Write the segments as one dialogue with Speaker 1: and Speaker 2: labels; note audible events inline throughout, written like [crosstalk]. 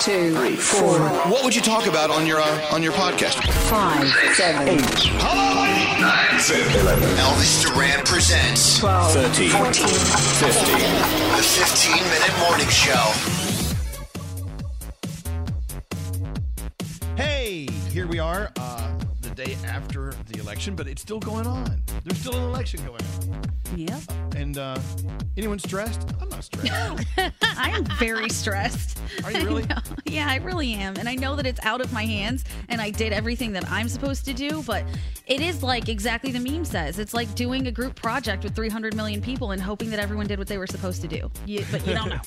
Speaker 1: two, three, four.
Speaker 2: What would you talk about on your uh, on your podcast?
Speaker 1: Five, seven, eight.
Speaker 2: Hello, nine, seven, eleven. Elvis Duran presents
Speaker 1: 12, 13, 14, 15.
Speaker 2: the 15 minute morning show. Hey, here we are, uh, the day after the election, but it's still going on. There's still an election going on.
Speaker 3: Yep.
Speaker 2: And uh, anyone stressed? I'm not stressed.
Speaker 3: [laughs] I am very stressed.
Speaker 2: Are you really?
Speaker 3: [laughs] I know. yeah, I really am. And I know that it's out of my hands and I did everything that I'm supposed to do, but it is like exactly the meme says. It's like doing a group project with 300 million people and hoping that everyone did what they were supposed to do. You, but
Speaker 2: [laughs]
Speaker 3: you don't know.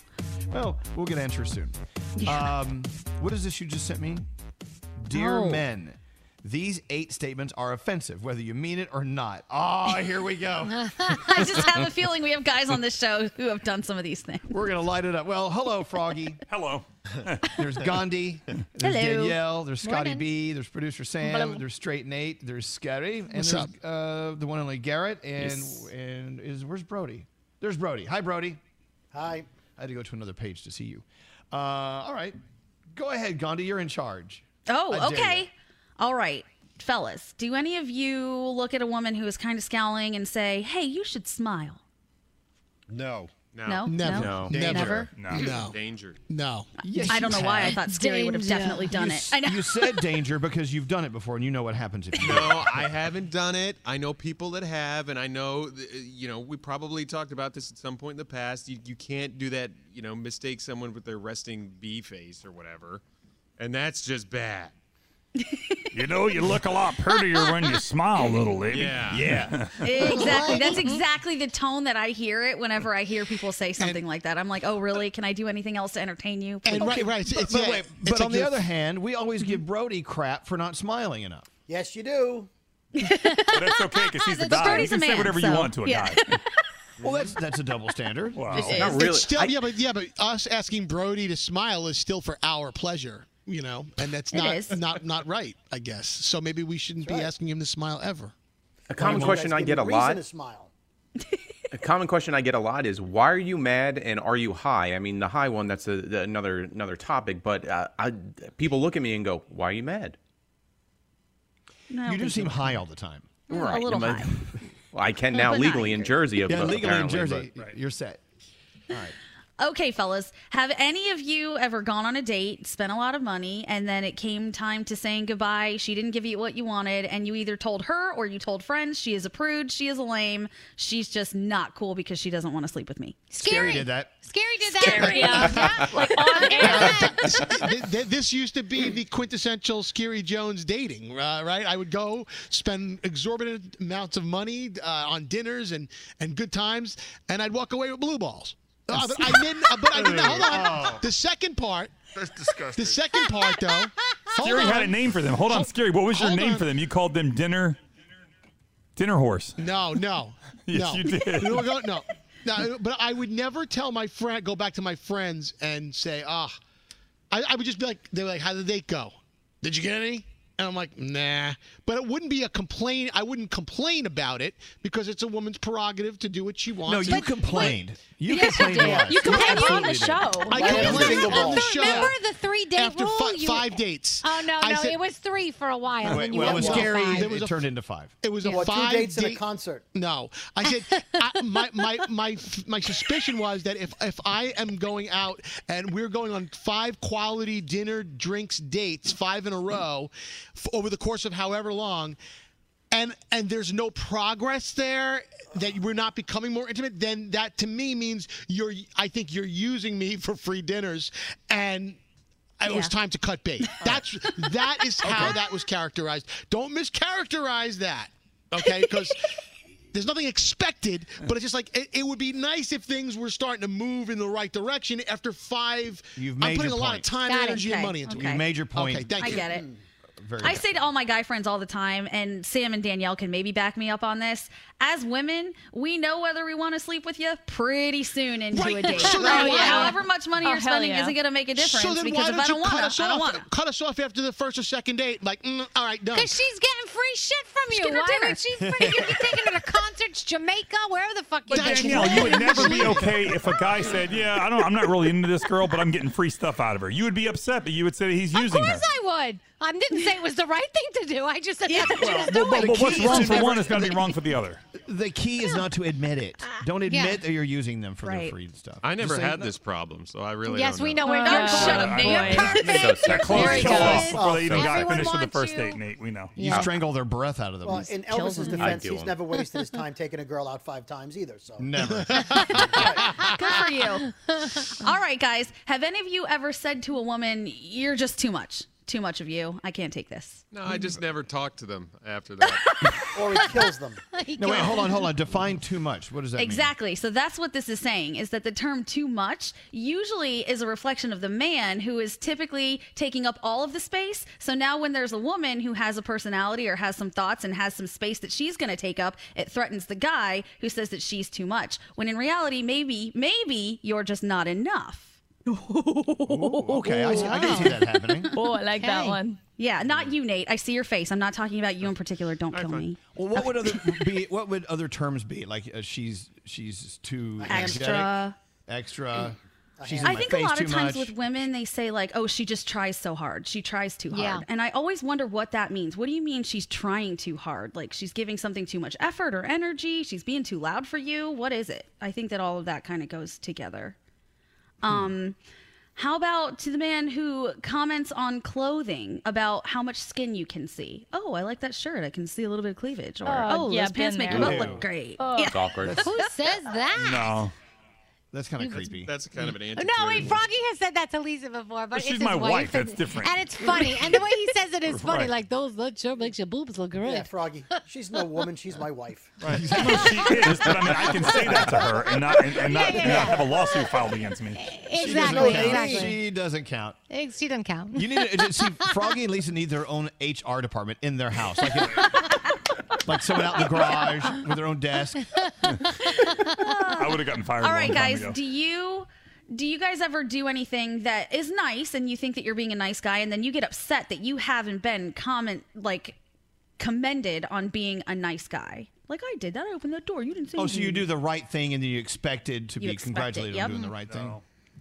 Speaker 2: well, we'll get answers soon.
Speaker 3: Yeah.
Speaker 2: Um, what is this you just sent me? Dear
Speaker 3: Oh.
Speaker 2: men, these eight statements are offensive, whether you mean it or not. Ah, [laughs] here we go.
Speaker 3: [laughs] I just have a feeling we have guys on this show who have done some of these things.
Speaker 2: We're going to light it up. Well, hello, Froggy.
Speaker 4: Hello.
Speaker 2: [laughs] There's Gandhi. There's
Speaker 3: Hello.
Speaker 2: Danielle. There's Scotty
Speaker 3: Morning.
Speaker 2: B. There's producer Sam.
Speaker 3: Hello.
Speaker 2: There's Straight Nate. There's Scary. And
Speaker 5: What's
Speaker 2: there's
Speaker 5: up?
Speaker 2: Uh, the one and only Garrett. And
Speaker 4: Yes.
Speaker 2: and is where's Brody? There's Brody. Hi, Brody.
Speaker 5: Hi.
Speaker 2: I had to go to another page to see you. Uh, all right. Go ahead, Gandhi. You're in charge.
Speaker 3: Oh,
Speaker 2: I dare you.
Speaker 3: okay. All right. Fellas, do any of you look at a woman who is kind of scowling and say, hey, you should smile?
Speaker 5: No.
Speaker 4: No.
Speaker 3: No?
Speaker 5: Never.
Speaker 3: No?
Speaker 5: Never.
Speaker 3: Never?
Speaker 4: No.
Speaker 5: No.
Speaker 4: Danger.
Speaker 5: No.
Speaker 2: Yes,
Speaker 3: I
Speaker 2: you
Speaker 3: don't know why I
Speaker 2: have.
Speaker 3: thought Scary would have
Speaker 6: Danger.
Speaker 3: definitely done
Speaker 2: you,
Speaker 3: it. I know. [laughs]
Speaker 2: you said danger because you've done it before and you know what happens if you do.
Speaker 4: No, I haven't done it. I know people that have, and I know, th- uh, you know, we probably talked about this at some point in the past. You, you can't do that, you know, mistake someone with their resting bee face or whatever. And that's just bad.
Speaker 7: You know, you look a lot prettier when you smile, little lady.
Speaker 4: Yeah.
Speaker 7: Yeah.
Speaker 3: Exactly. That's
Speaker 2: Mm-hmm.
Speaker 3: exactly the tone that I hear it whenever I hear people say something like that. I'm like, oh, really? Can I do anything else to entertain you?
Speaker 2: And
Speaker 3: Please?"
Speaker 2: right, right. It's, it's- Mm-hmm. yeah, but on the other hand, we always give Brody crap for not smiling enough.
Speaker 5: Yes, you do.
Speaker 7: But that's okay because he's a
Speaker 2: That's-
Speaker 7: guy. You
Speaker 2: Brody's a
Speaker 7: can say
Speaker 2: man,
Speaker 7: whatever you
Speaker 2: so,
Speaker 7: want to a
Speaker 2: yeah.
Speaker 7: guy.
Speaker 2: [laughs] Well, that's that's a double standard.
Speaker 7: Wow.
Speaker 8: It's- it's still, yeah, but yeah, but us asking Brody to smile is still for our pleasure, you know, and that's
Speaker 3: It
Speaker 8: not
Speaker 3: is.
Speaker 8: not not right, I guess. So maybe we shouldn't be asking him to smile ever.
Speaker 9: A common question I get a lot. A common question I get a lot is why are you mad and are you high? I mean, the high one that's a, the, another another topic, but uh, I, people look at me and go, "Why are you mad?"
Speaker 2: you do seem high all the time.
Speaker 9: Right. Am I- [laughs] well, I can now
Speaker 3: But not
Speaker 9: legally in Jersey.
Speaker 2: Yeah,
Speaker 9: ab-
Speaker 2: legally in
Speaker 9: apparently,
Speaker 2: Jersey,
Speaker 9: but-
Speaker 2: you're set.
Speaker 3: Okay, fellas, have any of you ever gone on a date, spent a lot of money, and then it came time to saying goodbye? She didn't give you what you wanted, and you either told her or you told friends she is a prude, she is a lame, she's just not cool because she doesn't want to sleep with me.
Speaker 2: Scary did that.
Speaker 6: Scary did
Speaker 3: Scary.
Speaker 6: that.
Speaker 3: Yeah. Like,
Speaker 8: Th- th- this used to be the quintessential Scary Jones dating, uh, right? I would go spend exorbitant amounts of money uh, on dinners and, and good times, and I'd walk away with blue balls. Uh, but I didn't. uh, but I didn't. Hold on.
Speaker 7: Oh.
Speaker 8: The second part. That's
Speaker 7: disgusting.
Speaker 8: The second part, though. hold
Speaker 7: [laughs] Scary had a
Speaker 8: on.
Speaker 7: name for them. Hold on, Scary. What was your
Speaker 8: hold
Speaker 7: name
Speaker 8: on.
Speaker 7: for them? You called them dinner, dinner horse.
Speaker 2: [laughs]
Speaker 8: No, no.
Speaker 7: Yes,
Speaker 8: no.
Speaker 7: you did.
Speaker 8: We don't go- no. No, but I would never tell my friend, go back to my friends and say, ah, I, I would just be like, they were like, how did they go? Did you get any? And I'm like, nah. But it wouldn't be a complaint. I wouldn't complain about it because it's a woman's prerogative to do what she wants.
Speaker 2: No, you
Speaker 8: But-
Speaker 2: complained. you
Speaker 8: Yes,
Speaker 2: complained
Speaker 8: I
Speaker 2: a
Speaker 8: did.
Speaker 2: lot.
Speaker 8: You complained
Speaker 2: absolutely
Speaker 8: on the
Speaker 2: did.
Speaker 8: show.
Speaker 2: I
Speaker 8: What?
Speaker 2: complained
Speaker 8: Remember-
Speaker 2: on the show.
Speaker 6: [laughs] Remember the three date
Speaker 8: After
Speaker 6: rule?
Speaker 8: fi- five dates.
Speaker 6: Oh no,
Speaker 8: I
Speaker 6: no,
Speaker 8: said-
Speaker 6: it was three for a while. and
Speaker 2: Wait,
Speaker 6: then you
Speaker 2: well, it was
Speaker 6: went to
Speaker 2: scary.
Speaker 6: five.
Speaker 2: It, turned into five.
Speaker 8: It was
Speaker 5: Well,
Speaker 8: a
Speaker 5: two
Speaker 8: five
Speaker 5: dates and a
Speaker 8: date-
Speaker 5: concert.
Speaker 8: No, I said
Speaker 5: [laughs]
Speaker 8: I, my my my my suspicion was that if if I am going out and we're going on five quality dinner, drinks, dates, five in a row, f- over the course of however long. And, and there's no progress there that we're not becoming more intimate then that to me means you're i think you're using me for free dinners and it was
Speaker 2: Yeah.
Speaker 8: time to
Speaker 3: [laughs]
Speaker 8: cut bait that's that is how that was characterized don't mischaracterize that okay because there's nothing expected, but it's just like it, it would be nice if things were starting to move in the right direction after five.
Speaker 2: You've
Speaker 8: I'm
Speaker 2: made
Speaker 8: putting
Speaker 2: your
Speaker 8: a lot of
Speaker 2: point.
Speaker 8: time,
Speaker 3: Got it.
Speaker 8: energy,
Speaker 3: Okay.
Speaker 8: and money into
Speaker 3: Okay.
Speaker 8: it.
Speaker 3: You've made your
Speaker 2: point.
Speaker 8: Okay, thank
Speaker 3: I
Speaker 8: you.
Speaker 3: get it.
Speaker 2: Very
Speaker 3: I
Speaker 2: good.
Speaker 3: say to all my guy friends all the time, and Sam and Danielle can maybe back me up on this. As women, we know whether we want to sleep with you pretty soon into a date.
Speaker 8: So then
Speaker 3: Like,
Speaker 8: why- Oh,
Speaker 3: However much money you're spending isn't going to make a difference
Speaker 8: So then
Speaker 3: because
Speaker 8: why
Speaker 3: if I
Speaker 8: you
Speaker 3: don't want
Speaker 8: cut
Speaker 3: to,
Speaker 8: us
Speaker 3: I don't
Speaker 8: off-
Speaker 3: want to.
Speaker 8: Cut us off after the first or second date. Like, mm, all right, done.
Speaker 6: Because she's getting free shit from
Speaker 8: She's
Speaker 6: you.
Speaker 8: getting her
Speaker 6: Why
Speaker 8: dinner.
Speaker 6: would she? free- You be taking her to concerts, Jamaica, wherever the fuck you
Speaker 7: But Danielle, you would never
Speaker 6: [laughs]
Speaker 7: be okay if a guy said, "Yeah, I don't, I'm not really into this girl, but I'm getting free stuff out of her." You would be upset, but you would say he's using
Speaker 6: Of
Speaker 7: her.
Speaker 6: course I would. I didn't say it was the right thing to do. I just said that's what she was
Speaker 7: Well,
Speaker 6: doing.
Speaker 7: but, but what's
Speaker 2: key is
Speaker 7: wrong
Speaker 2: to
Speaker 7: for
Speaker 2: never-
Speaker 7: one is going to
Speaker 2: [laughs]
Speaker 7: be wrong for the other.
Speaker 2: The key is not to admit [laughs] it. Don't admit
Speaker 6: Yeah.
Speaker 2: that you're using them for their
Speaker 6: Right.
Speaker 2: free stuff.
Speaker 4: I
Speaker 2: Just
Speaker 4: never
Speaker 2: say,
Speaker 4: had
Speaker 2: "No."
Speaker 4: this problem, so I really
Speaker 6: yes,
Speaker 4: don't
Speaker 6: we
Speaker 4: know.
Speaker 6: know where you're
Speaker 3: Oh, shut up, Nate. You're perfect.
Speaker 7: That close
Speaker 3: Very
Speaker 7: kill
Speaker 3: good.
Speaker 7: off before they even got
Speaker 3: Everyone
Speaker 7: finished with the
Speaker 3: wants
Speaker 7: first
Speaker 3: you.
Speaker 7: date, Nate. We know.
Speaker 2: You strangle their breath out of them.
Speaker 5: Well, in Elvis's
Speaker 2: them.
Speaker 5: defense,
Speaker 2: I'd do
Speaker 5: he's
Speaker 2: them.
Speaker 5: never wasted his time taking a girl out five times either. So [laughs]
Speaker 2: Never.
Speaker 3: Good for you. All right, guys. Have any of you ever said to a woman, "You're just too much, too much of you. I can't take this."
Speaker 4: No, [laughs] I just never talked to them after that.
Speaker 2: [laughs]
Speaker 5: [laughs] or he kills them.
Speaker 2: No, wait, hold on, hold on. Define too much. What does that mean?
Speaker 3: Exactly. So that's what this is saying is that the term too much usually is a reflection of the man who is typically taking up all of the space. So now when there's a woman who has a personality or has some thoughts and has some space that she's going to take up, it threatens the guy who says that she's too much. When in reality, maybe maybe you're just not enough.
Speaker 2: Okay, I, see, I can see that
Speaker 10: [laughs]
Speaker 2: happening.
Speaker 3: Oh, I like
Speaker 11: that one.
Speaker 3: Yeah, not you, Nate. I see your face. I'm not talking about you in particular. Don't kill me.
Speaker 2: Well, what would other be? What would other terms be? Like uh, she's she's too
Speaker 3: Extra.
Speaker 2: energetic, extra. She's in
Speaker 3: I
Speaker 2: my
Speaker 3: think a
Speaker 2: face
Speaker 3: lot of
Speaker 2: too
Speaker 3: times
Speaker 2: much.
Speaker 3: with women, they say like, "Oh, she just tries so hard. She tries too hard."
Speaker 11: Yeah.
Speaker 3: And I always wonder what that means. What do you mean she's trying too hard? Like she's giving something too much effort or energy? She's being too loud for you? What is it? I think that all of that kind of goes together.
Speaker 2: Hmm.
Speaker 3: Um, how about to the man who comments on clothing about how much skin you can see? Oh, I like that shirt. I can see a little bit of cleavage. Or
Speaker 11: Oh,
Speaker 3: oh,
Speaker 11: yeah,
Speaker 3: those pants
Speaker 11: been
Speaker 3: make
Speaker 11: there.
Speaker 3: your butt
Speaker 11: Ew.
Speaker 3: look great.
Speaker 11: Oh.
Speaker 3: Yeah.
Speaker 11: It's awkward.
Speaker 6: Who says that?
Speaker 7: No.
Speaker 2: That's kind
Speaker 6: You-
Speaker 2: of creepy. That's
Speaker 4: kind of an anti.
Speaker 6: No, wait, Froggy has said that to Lisa before, but
Speaker 2: But
Speaker 6: it's
Speaker 2: she's
Speaker 6: his
Speaker 2: my
Speaker 6: wife.
Speaker 2: wife,
Speaker 6: and,
Speaker 2: that's different.
Speaker 6: And it's funny. And the way [laughs] he says
Speaker 2: [laughs]
Speaker 6: it is funny.
Speaker 5: Right.
Speaker 6: Like, those, that sure makes your boobs look great.
Speaker 5: Yeah, Froggy. She's no woman. She's my
Speaker 2: [laughs]
Speaker 5: wife.
Speaker 7: Right. she is, but I mean, I can say that to her and not and, and not,
Speaker 6: Yeah, yeah,
Speaker 7: and not
Speaker 6: yeah.
Speaker 7: have a lawsuit filed against me.
Speaker 6: Exactly, exactly.
Speaker 2: She doesn't count.
Speaker 6: Eh, She doesn't count.
Speaker 2: You need to uh, see Froggy and Lisa need their own HR department in their house, like, it- like someone out in the garage with their own desk.
Speaker 7: I would have gotten fired.
Speaker 3: All right, guys. Do you do you guys ever do anything that is nice and you think that you're being a nice guy and then you get upset that you haven't been comment like commended on being a nice guy? Like I did that. I opened that door. You didn't say.
Speaker 2: Oh, so you
Speaker 3: anything.
Speaker 2: do the right thing and you expected to
Speaker 3: You
Speaker 2: be
Speaker 3: expect it,
Speaker 2: congratulated
Speaker 3: yep.
Speaker 2: on doing the right thing.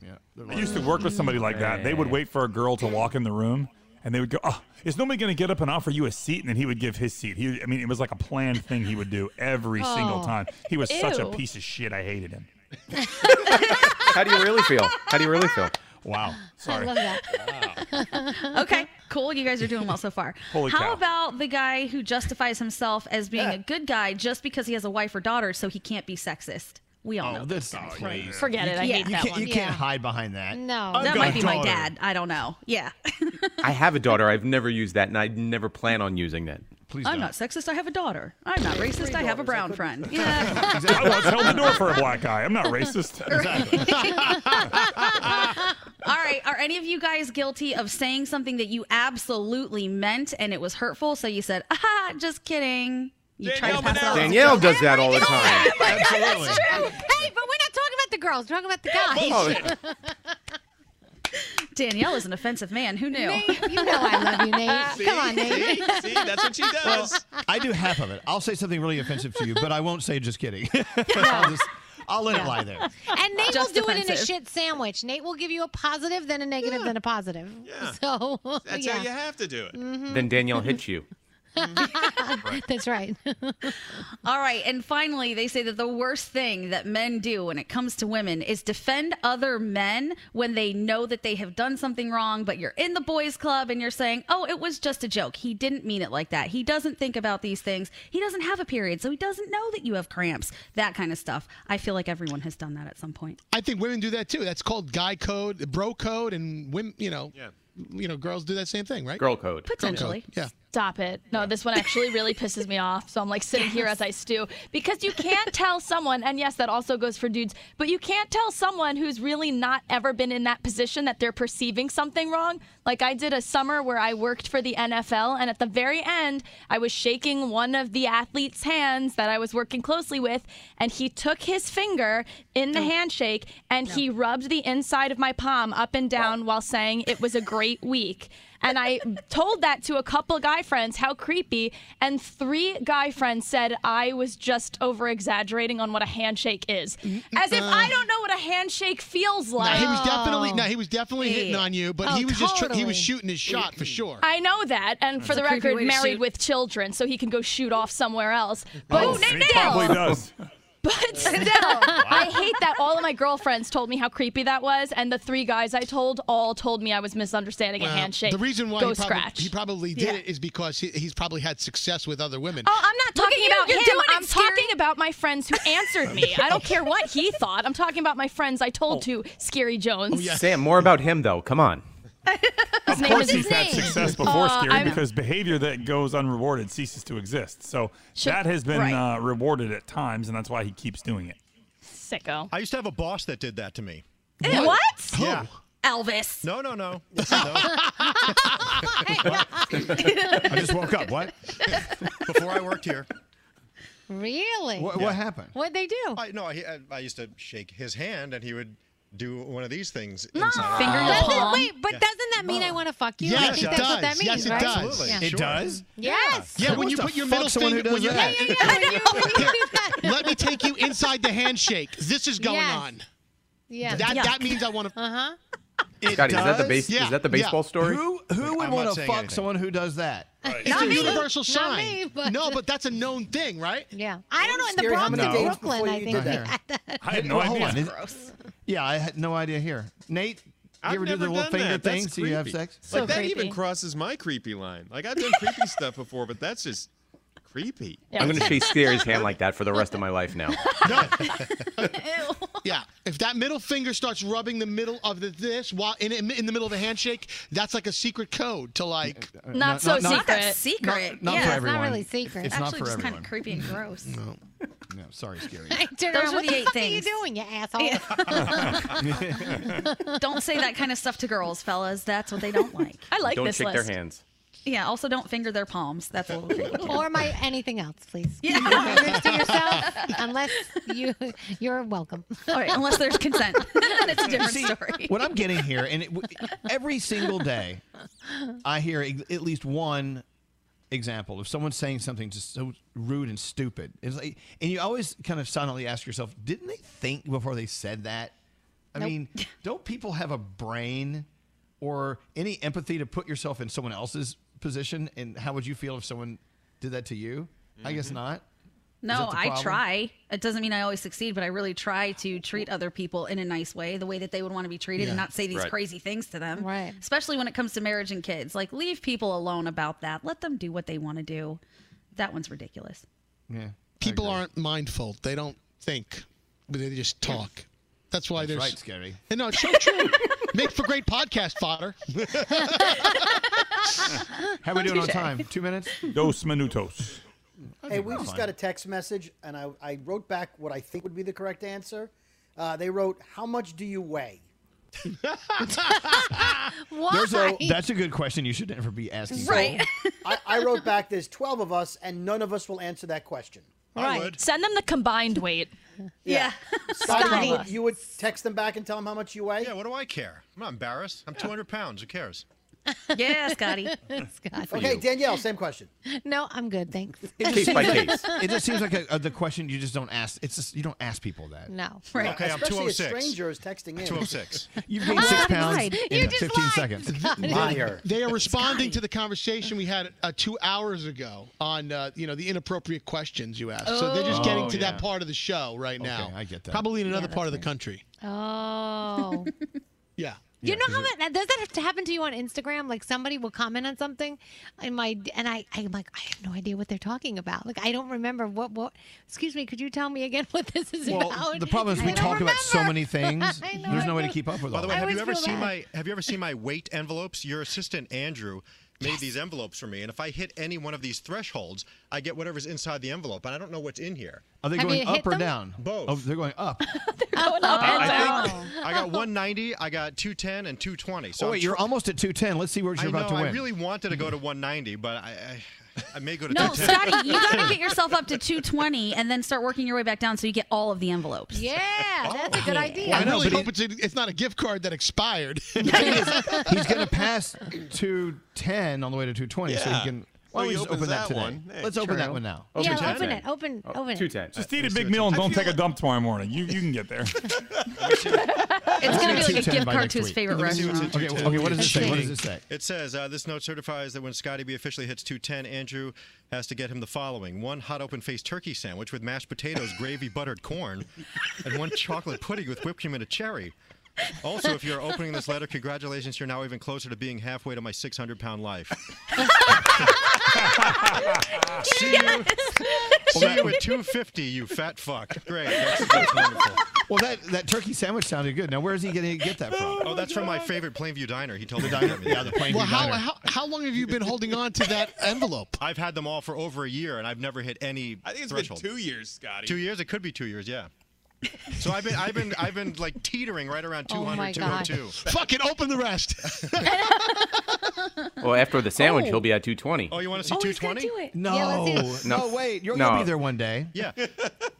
Speaker 2: Yeah. They're
Speaker 7: I
Speaker 2: like-
Speaker 7: used to work with somebody like that. They would wait for a girl to walk in the room, and they would go, "Oh, is nobody going to get up and offer you a seat?" And then he would give his seat. He, I mean, it was like a planned thing he would do every single
Speaker 3: Oh.
Speaker 7: time. He was such a
Speaker 3: Ew.
Speaker 7: piece of shit. I hated him.
Speaker 9: [laughs] How do you really feel? How do you really feel?
Speaker 2: Wow.
Speaker 3: I love that. [laughs] okay, cool. You guys are doing well so
Speaker 2: [laughs]
Speaker 3: far.
Speaker 9: Holy
Speaker 3: How
Speaker 9: cow.
Speaker 3: about the guy who justifies himself as being a good guy just because he has a wife or daughter, so he can't be sexist? We all
Speaker 2: Oh,
Speaker 3: know.
Speaker 2: that's not
Speaker 3: Right.
Speaker 2: please.
Speaker 3: Forget
Speaker 2: You
Speaker 3: it, I
Speaker 2: can't-
Speaker 3: hate
Speaker 2: you
Speaker 3: that
Speaker 2: can't,
Speaker 3: one.
Speaker 2: You
Speaker 3: Yeah.
Speaker 2: can't hide behind that.
Speaker 3: No,
Speaker 2: I've
Speaker 3: that
Speaker 2: got
Speaker 3: might
Speaker 2: a
Speaker 3: be my
Speaker 2: daughter.
Speaker 3: dad. I don't know. Yeah,
Speaker 9: I have a daughter. I've never used that, and I never plan on using that.
Speaker 3: I'm not sexist. I have a daughter. I'm not racist. I have a brown friend. Yeah.
Speaker 7: [laughs] I once held the door for a black guy. I'm not [laughs] racist.
Speaker 3: [laughs] All right. Are any of you guys guilty of saying something that you absolutely meant and it was hurtful? So you said, "Ah, just kidding." You tried to [laughs] pass it off.
Speaker 9: Danielle does that all the
Speaker 3: Oh
Speaker 9: time.
Speaker 3: Absolutely.
Speaker 6: [laughs] That's true. Hey, but we're not talking about the girls. We're talking about the guys.
Speaker 3: [laughs] Danielle is an offensive man. Who knew?
Speaker 6: you know I love you, Nate. Come on, Nate.
Speaker 2: Well, I do half of it. I'll say something really offensive to you, but I won't say just kidding. [laughs] I'll, just, I'll let it lie there.
Speaker 6: And Nate
Speaker 3: Just
Speaker 6: will do it in a
Speaker 3: offensive.
Speaker 6: shit sandwich. Nate will give you a positive, then a negative, then a positive. Yeah. [laughs] So
Speaker 4: That's
Speaker 6: yeah.
Speaker 4: how you have to do it.
Speaker 3: Mm-hmm.
Speaker 6: Mm-hmm.
Speaker 9: Then Danielle
Speaker 3: [laughs]
Speaker 9: hits you.
Speaker 6: [laughs] That's right.
Speaker 3: All right. And finally, they say that the worst thing that men do when it comes to women is defend other men when they know that they have done something wrong, but you're in the boys' club and you're saying, oh, it was just a joke. He didn't mean it like that. He doesn't think about these things. He doesn't have a period, so he doesn't know that you have cramps, that kind of stuff. I feel like everyone has done that at some point.
Speaker 8: I think women do that too. That's called guy code, bro code, and women. You know, you know, girls do that same thing, right?
Speaker 9: Girl code.
Speaker 8: Potentially. Yeah.
Speaker 11: Stop it. No, this one actually really pisses me off. So I'm like sitting here as I stew because you can't tell someone, and yes, that also goes for dudes, but you can't tell someone who's really not ever been in that position that they're perceiving something wrong. Like I did a summer where I worked for the NFL, and at the very end, I was shaking one of the athlete's hands that I was working closely with, and he took his finger in the handshake and he rubbed the inside of my palm up and down while saying it was a great week. And I told that to a couple guy friends, how creepy. And three guy friends said I was just over exaggerating on what a handshake is. As if I don't know what a handshake feels
Speaker 8: Mm, uh. No,
Speaker 11: like.
Speaker 8: he was definitely no, he was definitely hitting on you, but
Speaker 11: Oh,
Speaker 8: he was just tr- he
Speaker 11: totally.
Speaker 8: was shooting his shot
Speaker 9: Mm-hmm.
Speaker 8: for sure.
Speaker 11: I know that, and for
Speaker 8: That's
Speaker 11: the
Speaker 8: a creepy
Speaker 11: record,
Speaker 8: way to
Speaker 11: married
Speaker 8: shoot.
Speaker 11: with children, so he can go shoot off somewhere else. But
Speaker 7: Oh,
Speaker 11: still,
Speaker 7: he probably does.
Speaker 11: [laughs]
Speaker 8: [laughs]
Speaker 11: but still, I hate that all of my girlfriends told me how creepy that was, and the three guys I told all told me I was misunderstanding
Speaker 8: Well,
Speaker 11: a handshake.
Speaker 8: The reason why
Speaker 11: go
Speaker 8: he, probably, [laughs]
Speaker 11: scratch.
Speaker 8: he probably did
Speaker 11: Yeah.
Speaker 8: it is because he, he's probably had success with other women.
Speaker 11: Oh, I'm not
Speaker 8: Look
Speaker 11: talking
Speaker 8: at you,
Speaker 11: about
Speaker 8: you're
Speaker 11: him.
Speaker 8: doing it,
Speaker 11: I'm talking about my friends who answered me. I don't care what he thought. I'm talking about my friends I
Speaker 8: Oh.
Speaker 11: told to Scary
Speaker 3: Oh,
Speaker 11: Jones.
Speaker 9: Sam, more about him though. Come on.
Speaker 11: His
Speaker 7: Of
Speaker 11: name
Speaker 7: course,
Speaker 11: is his
Speaker 7: he's had
Speaker 11: name.
Speaker 7: success before
Speaker 11: Uh,
Speaker 7: Scary
Speaker 11: I'm-
Speaker 7: because behavior that goes unrewarded ceases to exist. So
Speaker 11: Should-
Speaker 7: that has been
Speaker 11: right.
Speaker 7: uh, rewarded at times, and that's why he keeps doing it.
Speaker 11: Sicko.
Speaker 2: I used to have a boss that did that to me.
Speaker 11: What?
Speaker 2: Yeah.
Speaker 3: Elvis.
Speaker 2: No, no, no. I just woke up. What? Before I worked here.
Speaker 6: Really?
Speaker 12: What- what Yeah. happened?
Speaker 6: What'd they do?
Speaker 12: I, no, I, I used to shake his hand, and he would do one of these things.
Speaker 6: No.
Speaker 12: inside.
Speaker 6: Finger your Doesn't- palm. wait, but doesn't that mean I wanna fuck you? I Yes, think it that's what that does. means, Yes, it right? does.
Speaker 12: Absolutely.
Speaker 6: Yeah. It
Speaker 12: Sure.
Speaker 6: does? Yes.
Speaker 8: Yeah, when
Speaker 12: wants
Speaker 8: you
Speaker 12: to
Speaker 8: put your
Speaker 12: fuck
Speaker 8: middle
Speaker 12: someone who
Speaker 8: finger, when
Speaker 12: does
Speaker 8: you,
Speaker 12: that?
Speaker 6: Yeah,
Speaker 8: [laughs]
Speaker 6: yeah, yeah. When you- when you do that.
Speaker 8: let me take you inside the handshake. This is going
Speaker 6: Yes.
Speaker 8: on.
Speaker 6: Yeah.
Speaker 8: That
Speaker 6: Yuck.
Speaker 8: that means I want to.
Speaker 6: Uh
Speaker 3: Uh-huh.
Speaker 6: huh.
Speaker 9: Scotty, is that the
Speaker 2: does?
Speaker 9: base?
Speaker 8: Yeah,
Speaker 9: Is that the
Speaker 8: yeah.
Speaker 9: baseball story?
Speaker 2: Who who would
Speaker 9: I'm
Speaker 2: want
Speaker 9: not
Speaker 2: to
Speaker 9: saying
Speaker 2: fuck
Speaker 9: anything.
Speaker 2: someone who does that?
Speaker 8: It's a
Speaker 6: me.
Speaker 8: universal
Speaker 6: Not
Speaker 8: sign.
Speaker 6: me, but-
Speaker 8: No, but that's a known thing, right?
Speaker 6: Yeah. I don't know. In the
Speaker 8: Scary how
Speaker 6: Bronx
Speaker 8: many
Speaker 6: and
Speaker 8: dates
Speaker 6: Brooklyn,
Speaker 8: before
Speaker 6: I
Speaker 8: you
Speaker 6: think
Speaker 8: did
Speaker 6: they
Speaker 8: that?
Speaker 6: had
Speaker 2: [laughs]
Speaker 6: that.
Speaker 2: I had
Speaker 8: no idea.
Speaker 2: On. Is- Yeah, I had no idea here. Nate, you
Speaker 12: I've
Speaker 2: ever do the
Speaker 12: never
Speaker 2: little
Speaker 12: done
Speaker 2: finger
Speaker 12: that. That's
Speaker 2: thing? So you have
Speaker 12: creepy.
Speaker 2: sex?
Speaker 12: like that even crosses my creepy line. Like I've done creepy stuff before, but that's just
Speaker 4: creepy.
Speaker 3: [laughs]
Speaker 9: I'm [laughs] going to shake Scary's hand like that for the rest of my life now.
Speaker 8: [laughs] Yeah, if that middle finger starts rubbing the middle of the this while in in the middle of a handshake, that's like a secret code to like. uh,
Speaker 3: Not Not- so not- not- secret. Not that secret.
Speaker 8: Not,
Speaker 3: Yeah, it's not
Speaker 8: for
Speaker 6: [laughs]
Speaker 8: everyone.
Speaker 3: really secret.
Speaker 2: It's
Speaker 3: Actually,
Speaker 2: not for
Speaker 3: just kind of
Speaker 2: everyone.
Speaker 3: creepy and gross.
Speaker 2: No. No,
Speaker 3: [laughs]
Speaker 2: sorry, scary. [laughs]
Speaker 6: I turned
Speaker 3: Those
Speaker 6: around,
Speaker 3: are
Speaker 6: what
Speaker 3: the eight
Speaker 6: fuck
Speaker 3: things.
Speaker 6: are you
Speaker 3: [laughs]
Speaker 6: doing, you asshole? [laughs]
Speaker 3: don't say that kind of stuff to girls, fellas. That's what they don't like. I [laughs] like
Speaker 9: Don't
Speaker 3: this
Speaker 9: shake
Speaker 3: list.
Speaker 9: their hands.
Speaker 3: Yeah. Also, don't finger their palms. That's a little creepy.
Speaker 6: or my anything else, please. Yeah. [laughs] to yourself, unless you you're welcome.
Speaker 3: All right, unless there's
Speaker 6: [laughs]
Speaker 3: consent, then it's a different
Speaker 2: See,
Speaker 3: story.
Speaker 2: What I'm getting here, and it, every single day, I hear ex- at least one example of someone saying something just so rude and stupid. It's like, and you always kind of silently ask yourself, didn't they think before they said that? I
Speaker 13: Nope.
Speaker 2: mean, don't people have a brain or any empathy to put yourself in someone else's position? And how would you feel if someone did that to you? I guess not. Is
Speaker 3: No,
Speaker 2: that the
Speaker 3: I
Speaker 2: problem?
Speaker 3: try. It doesn't mean I always succeed, but I really try to treat other people in a nice way, the way that they would want to be treated,
Speaker 11: Yeah.
Speaker 3: and not say these
Speaker 11: Right.
Speaker 3: crazy things to them. Right. Especially when it comes to marriage and kids. Like, leave people alone about that. Let them do what they want to do. That one's ridiculous.
Speaker 2: Yeah.
Speaker 8: People aren't mindful. They don't think. But they just talk. That's why
Speaker 2: That's
Speaker 8: there's
Speaker 2: right, Scary.
Speaker 8: And no, it's so true. Make for great podcast fodder.
Speaker 2: How
Speaker 3: Oh,
Speaker 2: we doing on time? Two minutes?
Speaker 7: Dos minutos.
Speaker 5: Hey, we just got a
Speaker 7: to.
Speaker 5: text message, and I, I wrote back what I think would be the correct answer. Uh, they wrote, "How much do you
Speaker 2: [laughs]
Speaker 6: [laughs]
Speaker 5: weigh?"
Speaker 2: There's a, that's a good question you should never be asking.
Speaker 5: [laughs]
Speaker 2: [laughs]
Speaker 5: I, I wrote back, "There's 12 of us, and none of us will answer that question."
Speaker 11: Right. Send them the combined weight. [laughs]
Speaker 5: Yeah.
Speaker 11: Stop.
Speaker 5: Scotty, you would, you would text them back and tell them how
Speaker 2: [laughs]
Speaker 5: much you weigh.
Speaker 12: Yeah, what do I care? I'm not embarrassed. I'm 200 pounds. Who cares?
Speaker 3: Yeah, Scotty.
Speaker 12: for
Speaker 5: Okay,
Speaker 12: you.
Speaker 5: Danielle, same question.
Speaker 6: No, I'm
Speaker 5: [laughs]
Speaker 6: good, thanks.
Speaker 2: It just seems like a, a, the question you just don't ask. It's just you don't ask people that.
Speaker 6: No.
Speaker 2: [laughs] Right. Okay, I'm
Speaker 12: oh
Speaker 5: Especially a
Speaker 2: 206.
Speaker 5: stranger is texting in.
Speaker 2: 206. You've gained oh six pounds in 15 seconds.
Speaker 5: Liar.
Speaker 8: They are responding to the conversation we had uh, two hours ago on uh, you know the inappropriate questions you asked. So they're just
Speaker 2: Oh.
Speaker 8: getting
Speaker 2: Oh,
Speaker 8: to
Speaker 2: yeah.
Speaker 8: that part of the show right now.
Speaker 2: I get that.
Speaker 8: Probably in
Speaker 2: Yeah,
Speaker 8: another
Speaker 2: that's
Speaker 8: part of the
Speaker 2: right.
Speaker 8: country.
Speaker 6: Oh.
Speaker 8: Yeah.
Speaker 6: You know how that does that have to happen to you on Instagram? Like somebody will comment on something, and my and I I'm like I have no idea what they're talking about. Like I don't remember what what. Excuse me, could you tell me again [laughs] what this is
Speaker 2: Well,
Speaker 6: about?
Speaker 2: the [laughs] problem is
Speaker 6: I
Speaker 2: we
Speaker 6: don't
Speaker 2: talk about so
Speaker 6: remember.
Speaker 2: many things.
Speaker 6: [laughs] I know,
Speaker 2: There's
Speaker 6: I
Speaker 2: no way to
Speaker 6: know.
Speaker 2: keep up with
Speaker 12: By
Speaker 2: all
Speaker 12: the
Speaker 2: that.
Speaker 12: way,
Speaker 6: I
Speaker 12: have you
Speaker 6: always
Speaker 12: ever
Speaker 6: feel
Speaker 12: seen
Speaker 6: bad.
Speaker 12: my have you ever seen my weight envelopes? Your assistant Andrew made these envelopes for me, and if I hit any one of these thresholds, I get whatever's inside the envelope, and I don't know what's in here.
Speaker 2: Are they going up or down?
Speaker 12: Both.
Speaker 2: Oh, they're going up.
Speaker 12: I, think I got 190, I got 210, and 220. So
Speaker 2: oh,
Speaker 12: I'm
Speaker 2: wait, you're
Speaker 12: tr-
Speaker 2: almost at 210. Let's see where you're
Speaker 12: I
Speaker 2: about
Speaker 12: know,
Speaker 2: to win.
Speaker 12: I really wanted to go to 190, but I I, I may go to
Speaker 9: [laughs]
Speaker 3: No,
Speaker 12: 210.
Speaker 3: Scotty, you got to get
Speaker 12: [laughs]
Speaker 3: yourself up to 220 and then start working your way back down so you get all of the envelopes.
Speaker 6: Yeah, that's a
Speaker 2: Oh,
Speaker 6: good idea.
Speaker 8: I really
Speaker 2: but
Speaker 8: hope it's, a, it's not a gift card
Speaker 2: [laughs]
Speaker 8: that expired. [laughs]
Speaker 2: He's
Speaker 12: [laughs]
Speaker 2: going to pass 210 on the way to 220, so
Speaker 8: Yeah.
Speaker 2: he can.
Speaker 8: Well,
Speaker 2: Why don't
Speaker 8: he
Speaker 2: we just
Speaker 8: opens
Speaker 2: open that,
Speaker 8: that
Speaker 2: today?
Speaker 8: one. Hey,
Speaker 2: Let's open
Speaker 8: true.
Speaker 2: that one now.
Speaker 6: Yeah, open it. Open, open it.
Speaker 7: Just eat a big meal and don't take a dump tomorrow morning. You you can get there.
Speaker 3: It's going to be
Speaker 7: [laughs]
Speaker 3: like a
Speaker 12: 210
Speaker 3: gift
Speaker 12: by
Speaker 3: card
Speaker 12: next
Speaker 3: to his
Speaker 12: week.
Speaker 3: favorite
Speaker 12: Let me see what's
Speaker 3: restaurant.
Speaker 12: in 210.
Speaker 2: okay, what does it say? What does it say?
Speaker 12: It says uh, this note certifies that when Scotty B officially hits 210, Andrew has to get him the following: one hot open faced turkey sandwich with mashed [laughs] potatoes, gravy, buttered corn, and one chocolate pudding with whipped cream and a cherry. Also, if you're opening this letter, congratulations! You're now even closer to being halfway to my 600 pound [laughs] life. see you, see you at 250, you fat fuck. Great, [laughs] that's, that's wonderful.
Speaker 2: Well, that, that turkey sandwich sounded good. Now, where is he going to get that from?
Speaker 12: [laughs] Oh, that's from my favorite Plainview [laughs] Diner. He told the diner. Yeah, the Plainview
Speaker 8: well, how, how how long have you been holding on to that envelope?
Speaker 12: I've had them all for over a year, and I've never hit any.
Speaker 4: I think it's
Speaker 12: threshold.
Speaker 4: been two years, Scotty.
Speaker 12: Two years? It could be two years. Yeah. So I've been, I've been, I've been like teetering right
Speaker 8: [laughs]
Speaker 12: around 200,
Speaker 8: my God.
Speaker 12: 202.
Speaker 8: Fucking open the rest.
Speaker 9: Well, after the sandwich,
Speaker 12: Oh.
Speaker 9: he'll be at 220.
Speaker 12: Oh, you want to see
Speaker 8: Oh, he's
Speaker 12: 220?
Speaker 2: No.
Speaker 9: No.
Speaker 2: oh, no, wait. You're
Speaker 9: No.
Speaker 2: going to be there one day.
Speaker 12: Yeah.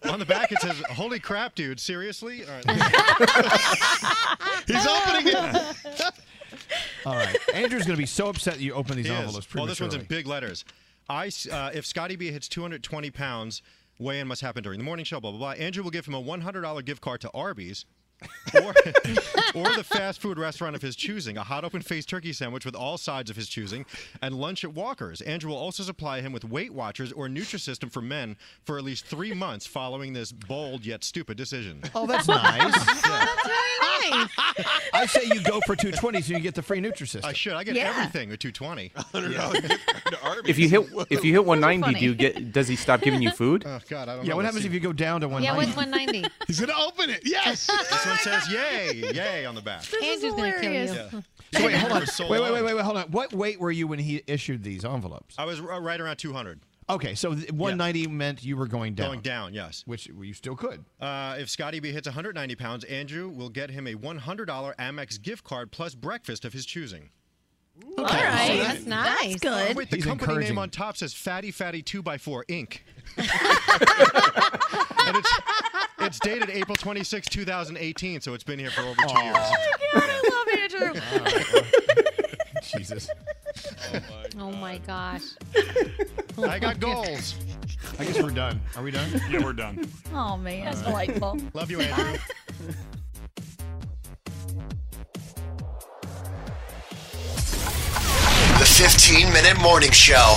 Speaker 12: On the back it says, "Holy crap, dude! Seriously?"
Speaker 2: [laughs]
Speaker 12: All right. [laughs]
Speaker 8: He's opening it.
Speaker 2: All right. Andrew's going to be so upset that you open these
Speaker 12: He is.
Speaker 2: envelopes
Speaker 12: Oh, this one's in
Speaker 2: prematurely.
Speaker 12: big letters. I, s- uh, if Scotty B hits 220 pounds, weigh in must happen during the morning show, blah, blah, blah. Andrew will give him a $100 gift card to Arby's.
Speaker 2: [laughs]
Speaker 12: or the fast food restaurant of his choosing, a hot open faced turkey sandwich with all sides of his choosing, and lunch at Walker's. Andrew will also supply him with Weight Watchers or Nutrisystem for men for at least three months following this bold yet stupid decision.
Speaker 2: Oh, that's
Speaker 12: [laughs]
Speaker 2: nice.
Speaker 3: nice.
Speaker 2: [laughs] I say you go for 220 so you get the free Nutrisystem.
Speaker 12: I should. I get
Speaker 3: Yeah.
Speaker 12: everything with
Speaker 2: [laughs]
Speaker 12: 220.
Speaker 9: If you hit
Speaker 12: [laughs]
Speaker 9: if you hit 190, do you get? Does he stop giving you food?
Speaker 12: Oh, God, I don't
Speaker 2: Yeah,
Speaker 12: know.
Speaker 2: what
Speaker 12: Let's
Speaker 2: happens
Speaker 12: see.
Speaker 2: if you go down to
Speaker 12: Yeah, what's
Speaker 2: 190?
Speaker 8: [laughs]
Speaker 13: 190.
Speaker 2: He's going to open it.
Speaker 12: [laughs]
Speaker 2: Yes.
Speaker 12: this
Speaker 13: [laughs]
Speaker 12: one says yay, yay on the back.
Speaker 13: Andrew's
Speaker 12: gonna kill you. Yeah.
Speaker 2: So wait, hold
Speaker 12: [laughs]
Speaker 2: on.
Speaker 12: For so
Speaker 2: Wait, wait, wait,
Speaker 12: long.
Speaker 2: wait, wait, hold on. What weight were you when he issued these envelopes?
Speaker 12: I was r- right around 200.
Speaker 2: Okay, so th- 190 meant you were going down.
Speaker 12: Going down, yes.
Speaker 2: Which you still could.
Speaker 12: Uh, if Scotty B hits 190 pounds, Andrew will get him a $100 Amex gift card plus breakfast of his choosing.
Speaker 13: All right. That's nice.
Speaker 12: Oh, wait, the company name on top says Fatty Fatty 2x4
Speaker 13: [laughs]
Speaker 12: Inc. and it's, it's dated April 26, 2018, so it's been here for over two
Speaker 2: Aw.
Speaker 12: years.
Speaker 13: Oh I
Speaker 2: [laughs]
Speaker 13: love [laughs]
Speaker 6: [laughs]
Speaker 2: Jesus.
Speaker 13: Andrew. oh my gosh.
Speaker 6: [laughs]
Speaker 12: I got goals.
Speaker 2: I guess we're done. Are
Speaker 12: [laughs]
Speaker 2: we done?
Speaker 7: Yeah, we're done.
Speaker 3: Oh man, that's
Speaker 12: All right.
Speaker 3: delightful.
Speaker 12: Love you, Andrew.
Speaker 14: The 15 Minute Morning Show.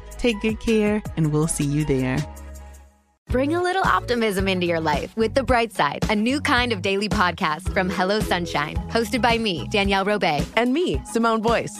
Speaker 15: Take good care, and we'll see you there.
Speaker 16: Bring a little optimism into your life with The Bright Side, a new kind of daily podcast from Hello Sunshine, hosted by me, Danielle Robay.
Speaker 17: And me, Simone Boyce.